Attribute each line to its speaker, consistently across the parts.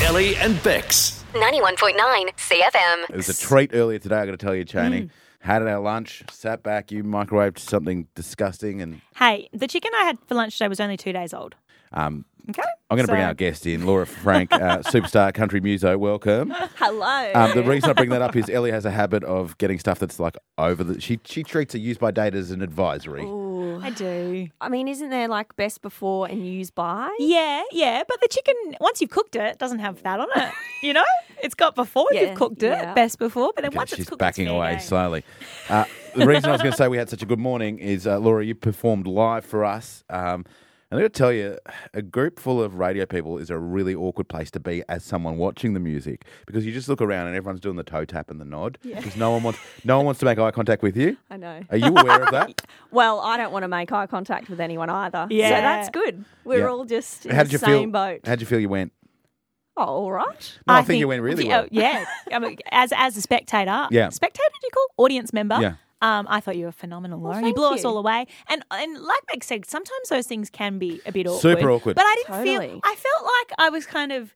Speaker 1: Ellie and Bex.
Speaker 2: 91.9 CFM.
Speaker 3: It was a treat earlier today, I got to tell you, Cheney. Had our lunch, sat back, you microwaved something disgusting, and
Speaker 4: Hey, the chicken I had for lunch today was only two days old.
Speaker 3: um,
Speaker 4: Okay.
Speaker 3: I'm going to bring
Speaker 4: So-
Speaker 3: our guest in, Laura Frank, uh, superstar country muso. Welcome.
Speaker 5: Hello.
Speaker 3: Um, the reason I bring that up is Ellie has a habit of getting stuff that's like over the. She she treats a use by date as an advisory.
Speaker 4: I do.
Speaker 5: I mean, isn't there like best before and use by?
Speaker 4: Yeah, yeah, but the chicken once you've cooked it doesn't have that on it. You know, it's got before
Speaker 5: Yeah,
Speaker 4: you've cooked it,
Speaker 5: yeah.
Speaker 4: best before, but then
Speaker 3: Okay,
Speaker 4: once
Speaker 3: she's
Speaker 4: it's cooked,
Speaker 3: backing
Speaker 4: it's fair
Speaker 5: eh?
Speaker 3: away
Speaker 4: game.
Speaker 3: slowly. Uh, the reason I was going to say we had such a good morning is uh, Laura, you performed live for us. Um, and I got to tell you, a group full of radio people is a really awkward place to be as someone watching the music because you just look around and everyone's doing the toe tap and the nod because no one wants no one wants to make eye contact with you.
Speaker 5: I know.
Speaker 3: Are you aware of that?
Speaker 5: Well, I don't want to make eye contact with anyone either.
Speaker 4: Yeah.
Speaker 5: So that's good. We're
Speaker 3: Yeah.
Speaker 5: all just in
Speaker 3: How did
Speaker 5: the
Speaker 3: you
Speaker 5: same
Speaker 3: feel?
Speaker 5: boat.
Speaker 3: How'd you feel you went?
Speaker 5: oh, all right.
Speaker 3: No, I, think, you went really
Speaker 4: yeah,
Speaker 5: uh,
Speaker 3: well.
Speaker 4: uh, Yeah, I mean, as as a spectator,
Speaker 3: Yeah.
Speaker 4: spectator, do you call audience member?
Speaker 3: Yeah.
Speaker 4: Um, I thought you were phenomenal, Lauren. you
Speaker 5: thank
Speaker 4: blew us
Speaker 5: you.
Speaker 4: all away, and and like Meg said, sometimes those things can be a bit awkward.
Speaker 3: Super awkward.
Speaker 4: But I didn't feel.
Speaker 5: Totally.
Speaker 4: I felt like I was kind of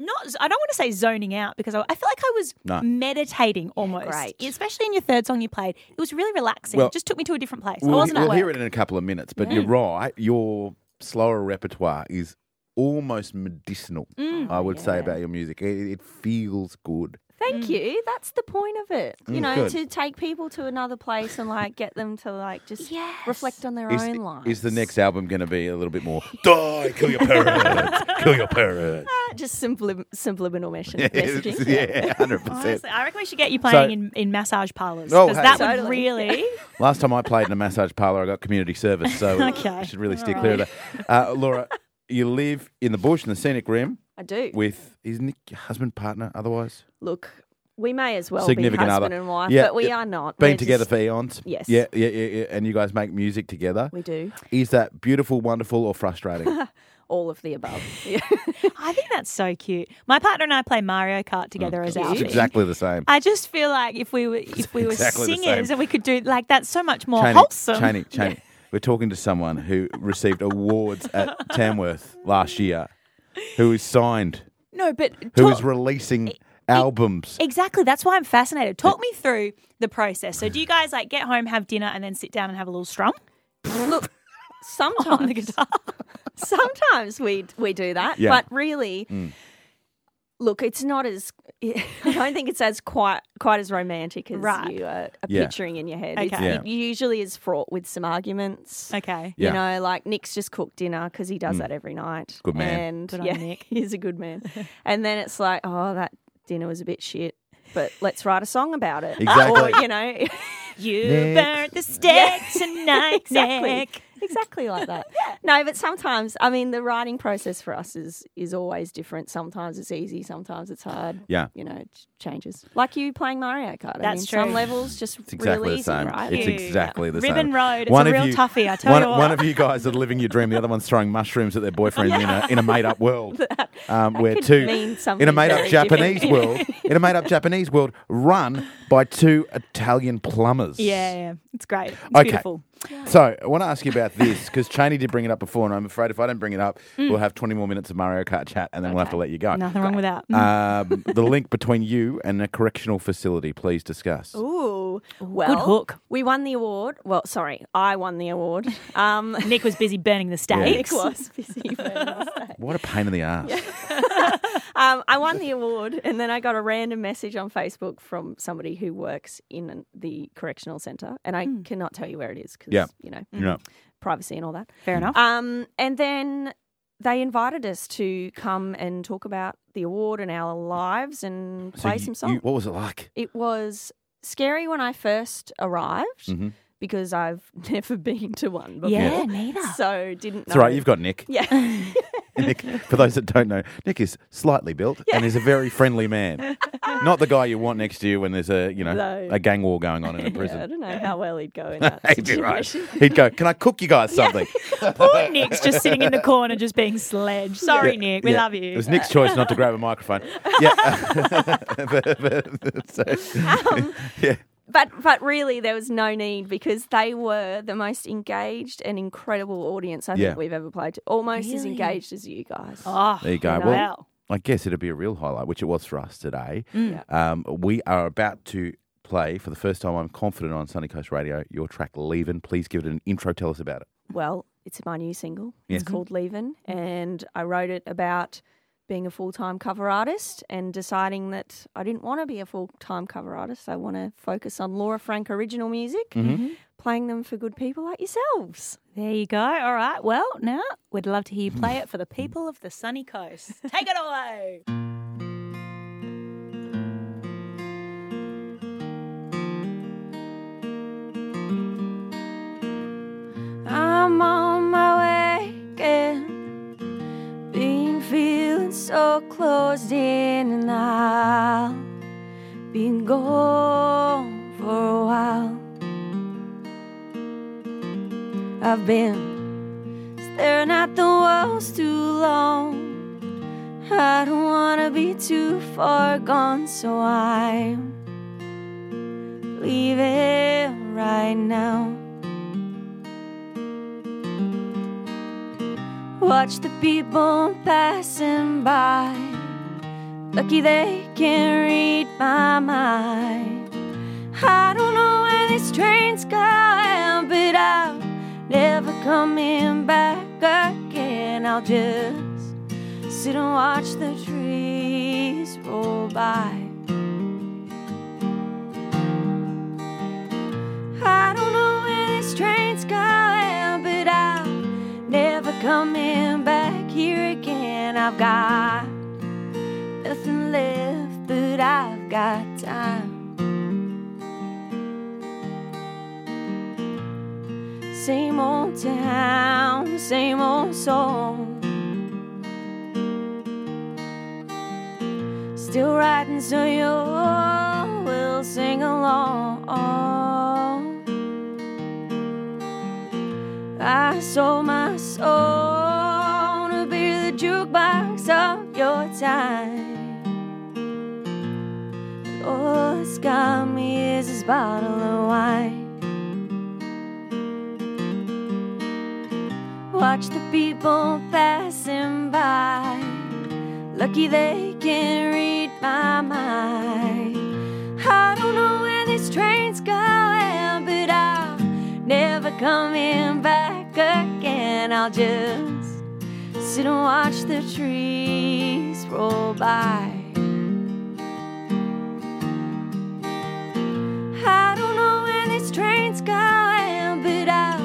Speaker 4: not. I don't want to say zoning out because I, I felt like I was
Speaker 3: No.
Speaker 4: meditating almost.
Speaker 5: great.
Speaker 4: Especially in your third song you played, it was really relaxing.
Speaker 3: Well,
Speaker 4: it just took me to a different place. I
Speaker 3: We'll,
Speaker 4: wasn't
Speaker 3: we'll
Speaker 4: at
Speaker 3: hear
Speaker 4: work.
Speaker 3: it in a couple of minutes, but you're right. Your slower repertoire is almost medicinal,
Speaker 4: Mm.
Speaker 3: I would say, about your music. It, it feels good.
Speaker 5: Thank you. That's the point of it. You
Speaker 3: Mm,
Speaker 5: know,
Speaker 3: good.
Speaker 5: to take people to another place and like get them to like just reflect on their
Speaker 3: Is,
Speaker 5: own lives.
Speaker 3: is the next album going to be a little bit more die, kill your parents, kill your parents?
Speaker 5: Ah, just simpli- subliminal mission messaging?
Speaker 3: yeah, hundred percent.
Speaker 4: Honestly, I reckon we should get you playing
Speaker 3: So-
Speaker 4: in, in massage parlors
Speaker 3: Oh,
Speaker 4: because
Speaker 3: hey.
Speaker 4: that would
Speaker 5: Totally.
Speaker 4: really.
Speaker 3: Last time I played in a massage parlor, I got community service, so
Speaker 4: Okay.
Speaker 3: I should really
Speaker 4: All
Speaker 3: steer clear of that. Uh, Laura, you live in the bush in the scenic rim
Speaker 5: I do.
Speaker 3: with is Nick your husband, partner, otherwise
Speaker 5: Look, we may as well
Speaker 3: Significant
Speaker 5: be husband
Speaker 3: other.
Speaker 5: and wife,
Speaker 3: Yeah,
Speaker 5: but we
Speaker 3: yeah.
Speaker 5: are not.
Speaker 3: been
Speaker 5: We're
Speaker 3: together
Speaker 5: just-
Speaker 3: for eons.
Speaker 5: Yes.
Speaker 3: Yeah, yeah, yeah, yeah, and you guys make music together.
Speaker 5: We do.
Speaker 3: Is that beautiful, wonderful, or frustrating?
Speaker 5: All of the above. Yeah.
Speaker 4: I think that's so cute. My partner and I play Mario Kart together as our
Speaker 3: Oh, it's
Speaker 4: thing.
Speaker 3: exactly the same.
Speaker 4: I just feel like if we were if we were
Speaker 3: Exactly the
Speaker 4: singers
Speaker 3: same.
Speaker 4: and we could do like that's so much more
Speaker 3: Chaney,
Speaker 4: wholesome.
Speaker 3: Chaney, Chaney. We're talking to someone who received awards at Tamworth last year, who is signed,
Speaker 4: No, but
Speaker 3: who
Speaker 4: talk-
Speaker 3: is
Speaker 5: e-
Speaker 3: releasing albums.
Speaker 4: exactly that's why I'm fascinated. Talk me through the process. So do you guys like get home, have dinner, and then sit down and have a little strum
Speaker 5: Look,
Speaker 4: on the
Speaker 5: sometimes
Speaker 4: guitar?
Speaker 5: sometimes we we do that,
Speaker 3: Yeah. Mm.
Speaker 5: but really, look, it's not as. I don't think it's as quite quite as romantic as
Speaker 4: Right.
Speaker 5: you are, are
Speaker 3: Yeah.
Speaker 5: picturing in your head. It's-
Speaker 4: Okay.
Speaker 3: Yeah.
Speaker 5: It usually is fraught with some arguments.
Speaker 4: Okay.
Speaker 5: You
Speaker 3: Yeah. Mm.
Speaker 5: know, like Nick's just cooked dinner because he does that every night.
Speaker 3: Good man.
Speaker 5: And
Speaker 4: Good on
Speaker 5: yeah,
Speaker 4: you, Nick.
Speaker 5: he's a good man. and then it's like, oh, that dinner was a bit shit, but let's write a song about it.
Speaker 3: Exactly.
Speaker 5: Or, you know,
Speaker 4: You
Speaker 3: Nick.
Speaker 4: burnt the steak tonight,
Speaker 5: exactly.
Speaker 4: Nick.
Speaker 5: Exactly like that. No, but sometimes, I mean, the writing process for us is is always different. Sometimes it's easy, sometimes it's hard.
Speaker 3: Yeah.
Speaker 5: You know, it ch- changes. Like you playing Mario Kart. I
Speaker 4: That's
Speaker 5: mean,
Speaker 4: true.
Speaker 5: Some levels just
Speaker 3: It's exactly
Speaker 5: really
Speaker 3: the
Speaker 5: easy,
Speaker 3: same.
Speaker 5: right?
Speaker 3: It's
Speaker 4: Yeah.
Speaker 3: exactly the
Speaker 4: Ribbon
Speaker 3: same.
Speaker 4: Road, it's a
Speaker 3: of
Speaker 4: real toughie, I tell
Speaker 3: one,
Speaker 4: you what.
Speaker 3: one of you guys are living your dream. The other one's throwing mushrooms at their boyfriend in a in a made up world. Um, where
Speaker 5: could
Speaker 3: two
Speaker 5: mean
Speaker 3: in a
Speaker 5: something
Speaker 3: made up
Speaker 5: very
Speaker 3: Japanese
Speaker 5: different.
Speaker 3: world in a made up Japanese world run by two Italian plumbers.
Speaker 4: Yeah, yeah. It's great. It's
Speaker 3: Okay.
Speaker 4: beautiful.
Speaker 3: So I want to ask you about this because Cheney did bring it up before, and I'm afraid if I don't bring it up,
Speaker 5: Mm.
Speaker 3: we'll have 20 more minutes of Mario Kart chat, and then we'll have to let you go.
Speaker 4: Nothing wrong with that.
Speaker 3: Um, the link between you and a correctional facility, please discuss.
Speaker 5: Ooh. Well,
Speaker 4: hook.
Speaker 5: We won the award. Well, sorry, I won the award. Um,
Speaker 4: Nick was busy burning the steaks.
Speaker 5: Nick was busy. for his day.
Speaker 3: What a pain in the ass.
Speaker 5: um, I won the award, and then I got a random message on Facebook from somebody who works in an- the correctional centre, and I cannot tell you where it is because
Speaker 3: Yeah.
Speaker 5: you know
Speaker 3: You know,
Speaker 5: privacy and all that.
Speaker 4: Fair enough.
Speaker 5: Um, and then they invited us to come and talk about the award and our lives and
Speaker 3: so
Speaker 5: play
Speaker 3: you-
Speaker 5: some
Speaker 3: you-
Speaker 5: songs.
Speaker 3: what was it like?
Speaker 5: It was scary when I first arrived
Speaker 3: Mhm.
Speaker 5: because I've never been to one before.
Speaker 4: yeah, neither.
Speaker 5: So didn't know.
Speaker 3: It's all right, you've got Nick.
Speaker 5: yeah.
Speaker 3: Nick. For those that don't know, Nick is slightly built and is a very friendly man. Not the guy you want next to you when there's a you know
Speaker 5: No.
Speaker 3: a gang war going on in a prison.
Speaker 5: Yeah, I don't know how well he'd go in that
Speaker 3: He'd be right.
Speaker 5: situation.
Speaker 3: He'd go, Can I cook you guys something?
Speaker 4: Poor Nick's just sitting in the corner, just being sledged. Sorry,
Speaker 3: Yeah,
Speaker 4: Nick. We
Speaker 3: yeah.
Speaker 4: love you.
Speaker 3: It was Nick's choice not to grab a microphone. Yeah. But- but- so, yeah.
Speaker 5: But but really, there was no need because they were the most engaged and incredible audience I
Speaker 3: Yeah.
Speaker 5: think we've ever played to. Almost as
Speaker 4: Really?
Speaker 5: engaged as you guys.
Speaker 4: Oh,
Speaker 3: There you go.
Speaker 4: Wow.
Speaker 3: Well, I guess it'd be a real highlight, which it was for us today.
Speaker 4: Mm.
Speaker 3: Um, we are about to play for the first time. I'm confident on Sunny Coast Radio. Your track, Leavin'. Please give it an intro. Tell us about it.
Speaker 5: Well, it's my new single.
Speaker 3: Yes.
Speaker 5: It's called Leavin', and I wrote it about being a full time cover artist and deciding that I didn't want to be a full time cover artist. I want to focus on Laura Frank original music, playing them for good people like yourselves.
Speaker 4: There you go. All right. Well, now we'd love to hear you play it for the people of the sunny coast. Take it away.
Speaker 5: I'm on my way again. Been feeling so closed in, and I've been gone for a while. I've been staring at the walls too long. I don't wanna be too far gone, so I'm leaving right now. Watch the people passing by. Lucky they can read my mind. I don't know where this train's going, but I'll never coming back again. I'll just sit and watch the trees roll by. I don't know where this train's going, but I'll never coming back here again. I've got nothing left, but I've got time. Same old town, same old song. Still writing, so you will sing along. I sold my soul to be the jukebox of your time. All it's got me is this bottle of wine. Watch the people passing by. Lucky they can read my mind. I don't know where this train's going, but I'll never coming back again. I'll just sit and watch the trees roll by. I don't know where this train's going, but I'll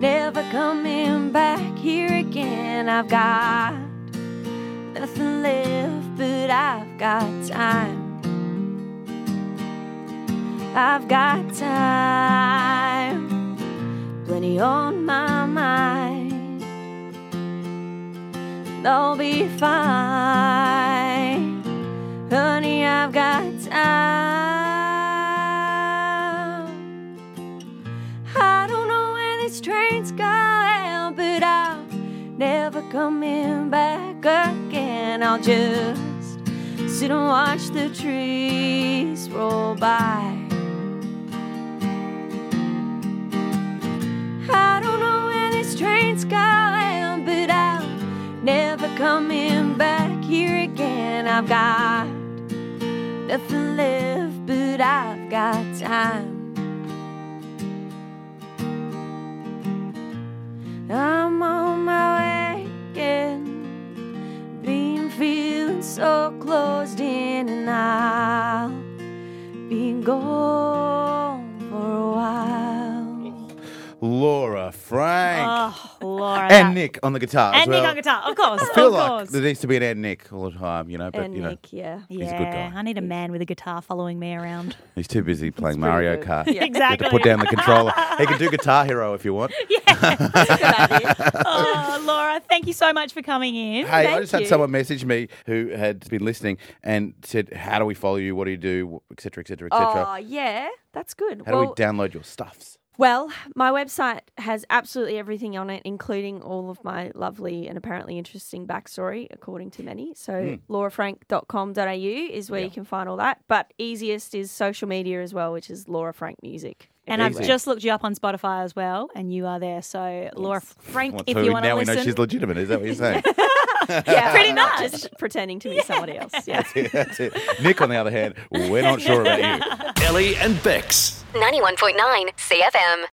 Speaker 5: never coming back here again. I've got nothing left, but I've got time. I've got time, plenty on my mind. I'll be fine, honey. I've got time. I don't know where this train's going, but I'll never coming back again. I'll just sit and watch the trees roll by. I don't know where this train's going, but I'll never coming back here again. I've got nothing left, but I've got time. I'm on my way again, been feeling so closed in, and I'll be gone for a while.
Speaker 3: Laura Frank
Speaker 4: Oh, Laura. that-
Speaker 3: and Nick on the guitar. as
Speaker 4: and Nick
Speaker 3: well.
Speaker 4: on guitar. Of course.
Speaker 3: I feel
Speaker 4: of
Speaker 3: like
Speaker 4: course.
Speaker 3: there needs to be an and Nick all the time, you know. But
Speaker 5: and
Speaker 3: you know,
Speaker 5: Nick, yeah.
Speaker 4: yeah,
Speaker 3: a good guy.
Speaker 4: I need a man with a guitar following me around.
Speaker 3: he's too busy playing
Speaker 5: pretty
Speaker 3: Mario
Speaker 5: good.
Speaker 3: Kart.
Speaker 5: Yeah.
Speaker 3: He had
Speaker 4: Exactly.
Speaker 3: to put down the controller. he can do Guitar Hero if you want.
Speaker 4: oh, Laura, thank you so much for coming in.
Speaker 3: Hey, I
Speaker 5: Thank
Speaker 3: just had
Speaker 5: you.
Speaker 3: someone message me who had been listening and said, "How do we follow you? What do you do? Etc. Etc.
Speaker 5: Oh,
Speaker 3: Etc.
Speaker 5: yeah, that's good.
Speaker 3: How do
Speaker 5: well,
Speaker 3: we download your stuffs?"
Speaker 5: well, my website has absolutely everything on it, including all of my lovely and apparently interesting backstory, according to many. So, laurafrank.com.au is where you can find all that. But easiest is social media as well, which is Laura Frank Music.
Speaker 4: And I've
Speaker 3: Easy.
Speaker 4: just looked you up on Spotify as well, and you are there. So Laura Frank,
Speaker 3: Well,
Speaker 4: if
Speaker 3: so
Speaker 4: you want to
Speaker 3: now
Speaker 4: listen,
Speaker 3: we know she's legitimate. Is that what you're saying?
Speaker 5: Yeah,
Speaker 4: Pretty
Speaker 5: I'm not
Speaker 4: much.
Speaker 5: just pretending to be somebody else. Yeah.
Speaker 3: That's it. Nick, on the other hand, we're not sure about you.
Speaker 1: Ellie and Bex.
Speaker 2: 91.9 CFM.